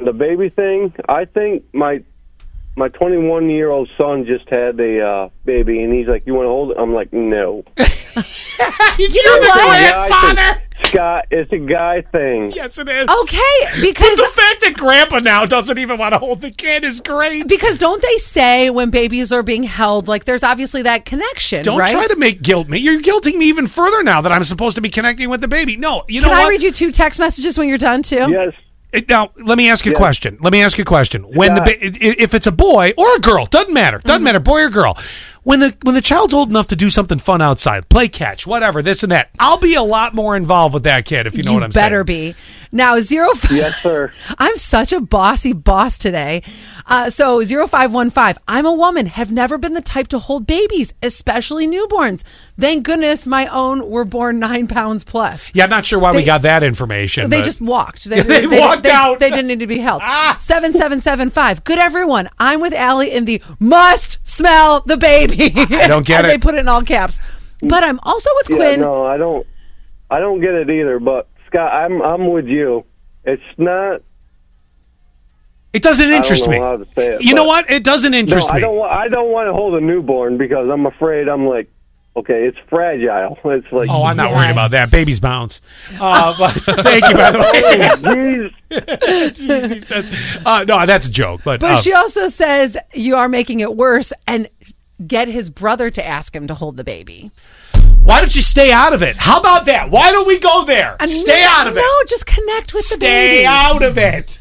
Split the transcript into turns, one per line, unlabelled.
the baby thing, I think my my 21 year old son just had a uh, baby, and he's like, "You want to hold it?" I'm like, "No."
you know
I
what?
think- Scott, it's a guy thing.
Yes, it is.
Okay,
But
because
the fact that Grandpa now doesn't even want to hold the kid is great.
because don't they say when babies are being held, like there's obviously that connection,
Don't
right?
try to make guilt me. You're guilting me even further now that I'm supposed to be connecting with the baby. No, you know
Can
what?
I read you two text messages when you're done too?
Yes,
It- now let me ask you a question. Let me ask you a question. When the
Scott.
ba- i- i- if it's a boy or a girl, doesn't matter. Doesn't
Mm-hmm.
matter, boy or girl. When the when the child's old enough to do something fun outside, play catch, whatever, this and that, I'll be a lot more involved with that kid if you know
you
what I'm
better
saying.
be. Now zero. Five,
yes, sir.
I'm such a bossy boss today. Uh, so zero five one five. I'm a woman. Have never been the type to hold babies, especially newborns. Thank goodness my own were born nine pounds plus.
Yeah, I'm not sure why we
They-
got that information.
They
but-
just walked.
Yeah, they walked out.
They didn't need to be held.
Ah.
Seven seven seven five. Good everyone. I'm with Allie in the must smell the baby. I
don't get
They
it.
put it in all caps. But I'm also with
Yeah,
Quinn.
no, I don't. I don't get it either. But Scott, I'm I'm with you. It's not.
it doesn't interest
know
me.
how to say it,
you know
but-
what? It doesn't
No,
interest
I
me.
don't. wa- I don't want to hold a newborn because I'm afraid I'm like, okay, it's fragile. It's like,
Oh, I'm not worried about that.
Yes.
Babies bounce. Uh, but thank you, by the way.
geez.
Jeez, he says- uh, no, that's a joke. But,
But
uh,
she also says you are making it worse and get his brother to ask him to hold the baby.
why don't you stay out of it? How about that? Why don't we go there?
And
stay
no-
out of it.
No, just connect with the
stay
baby.
out of it.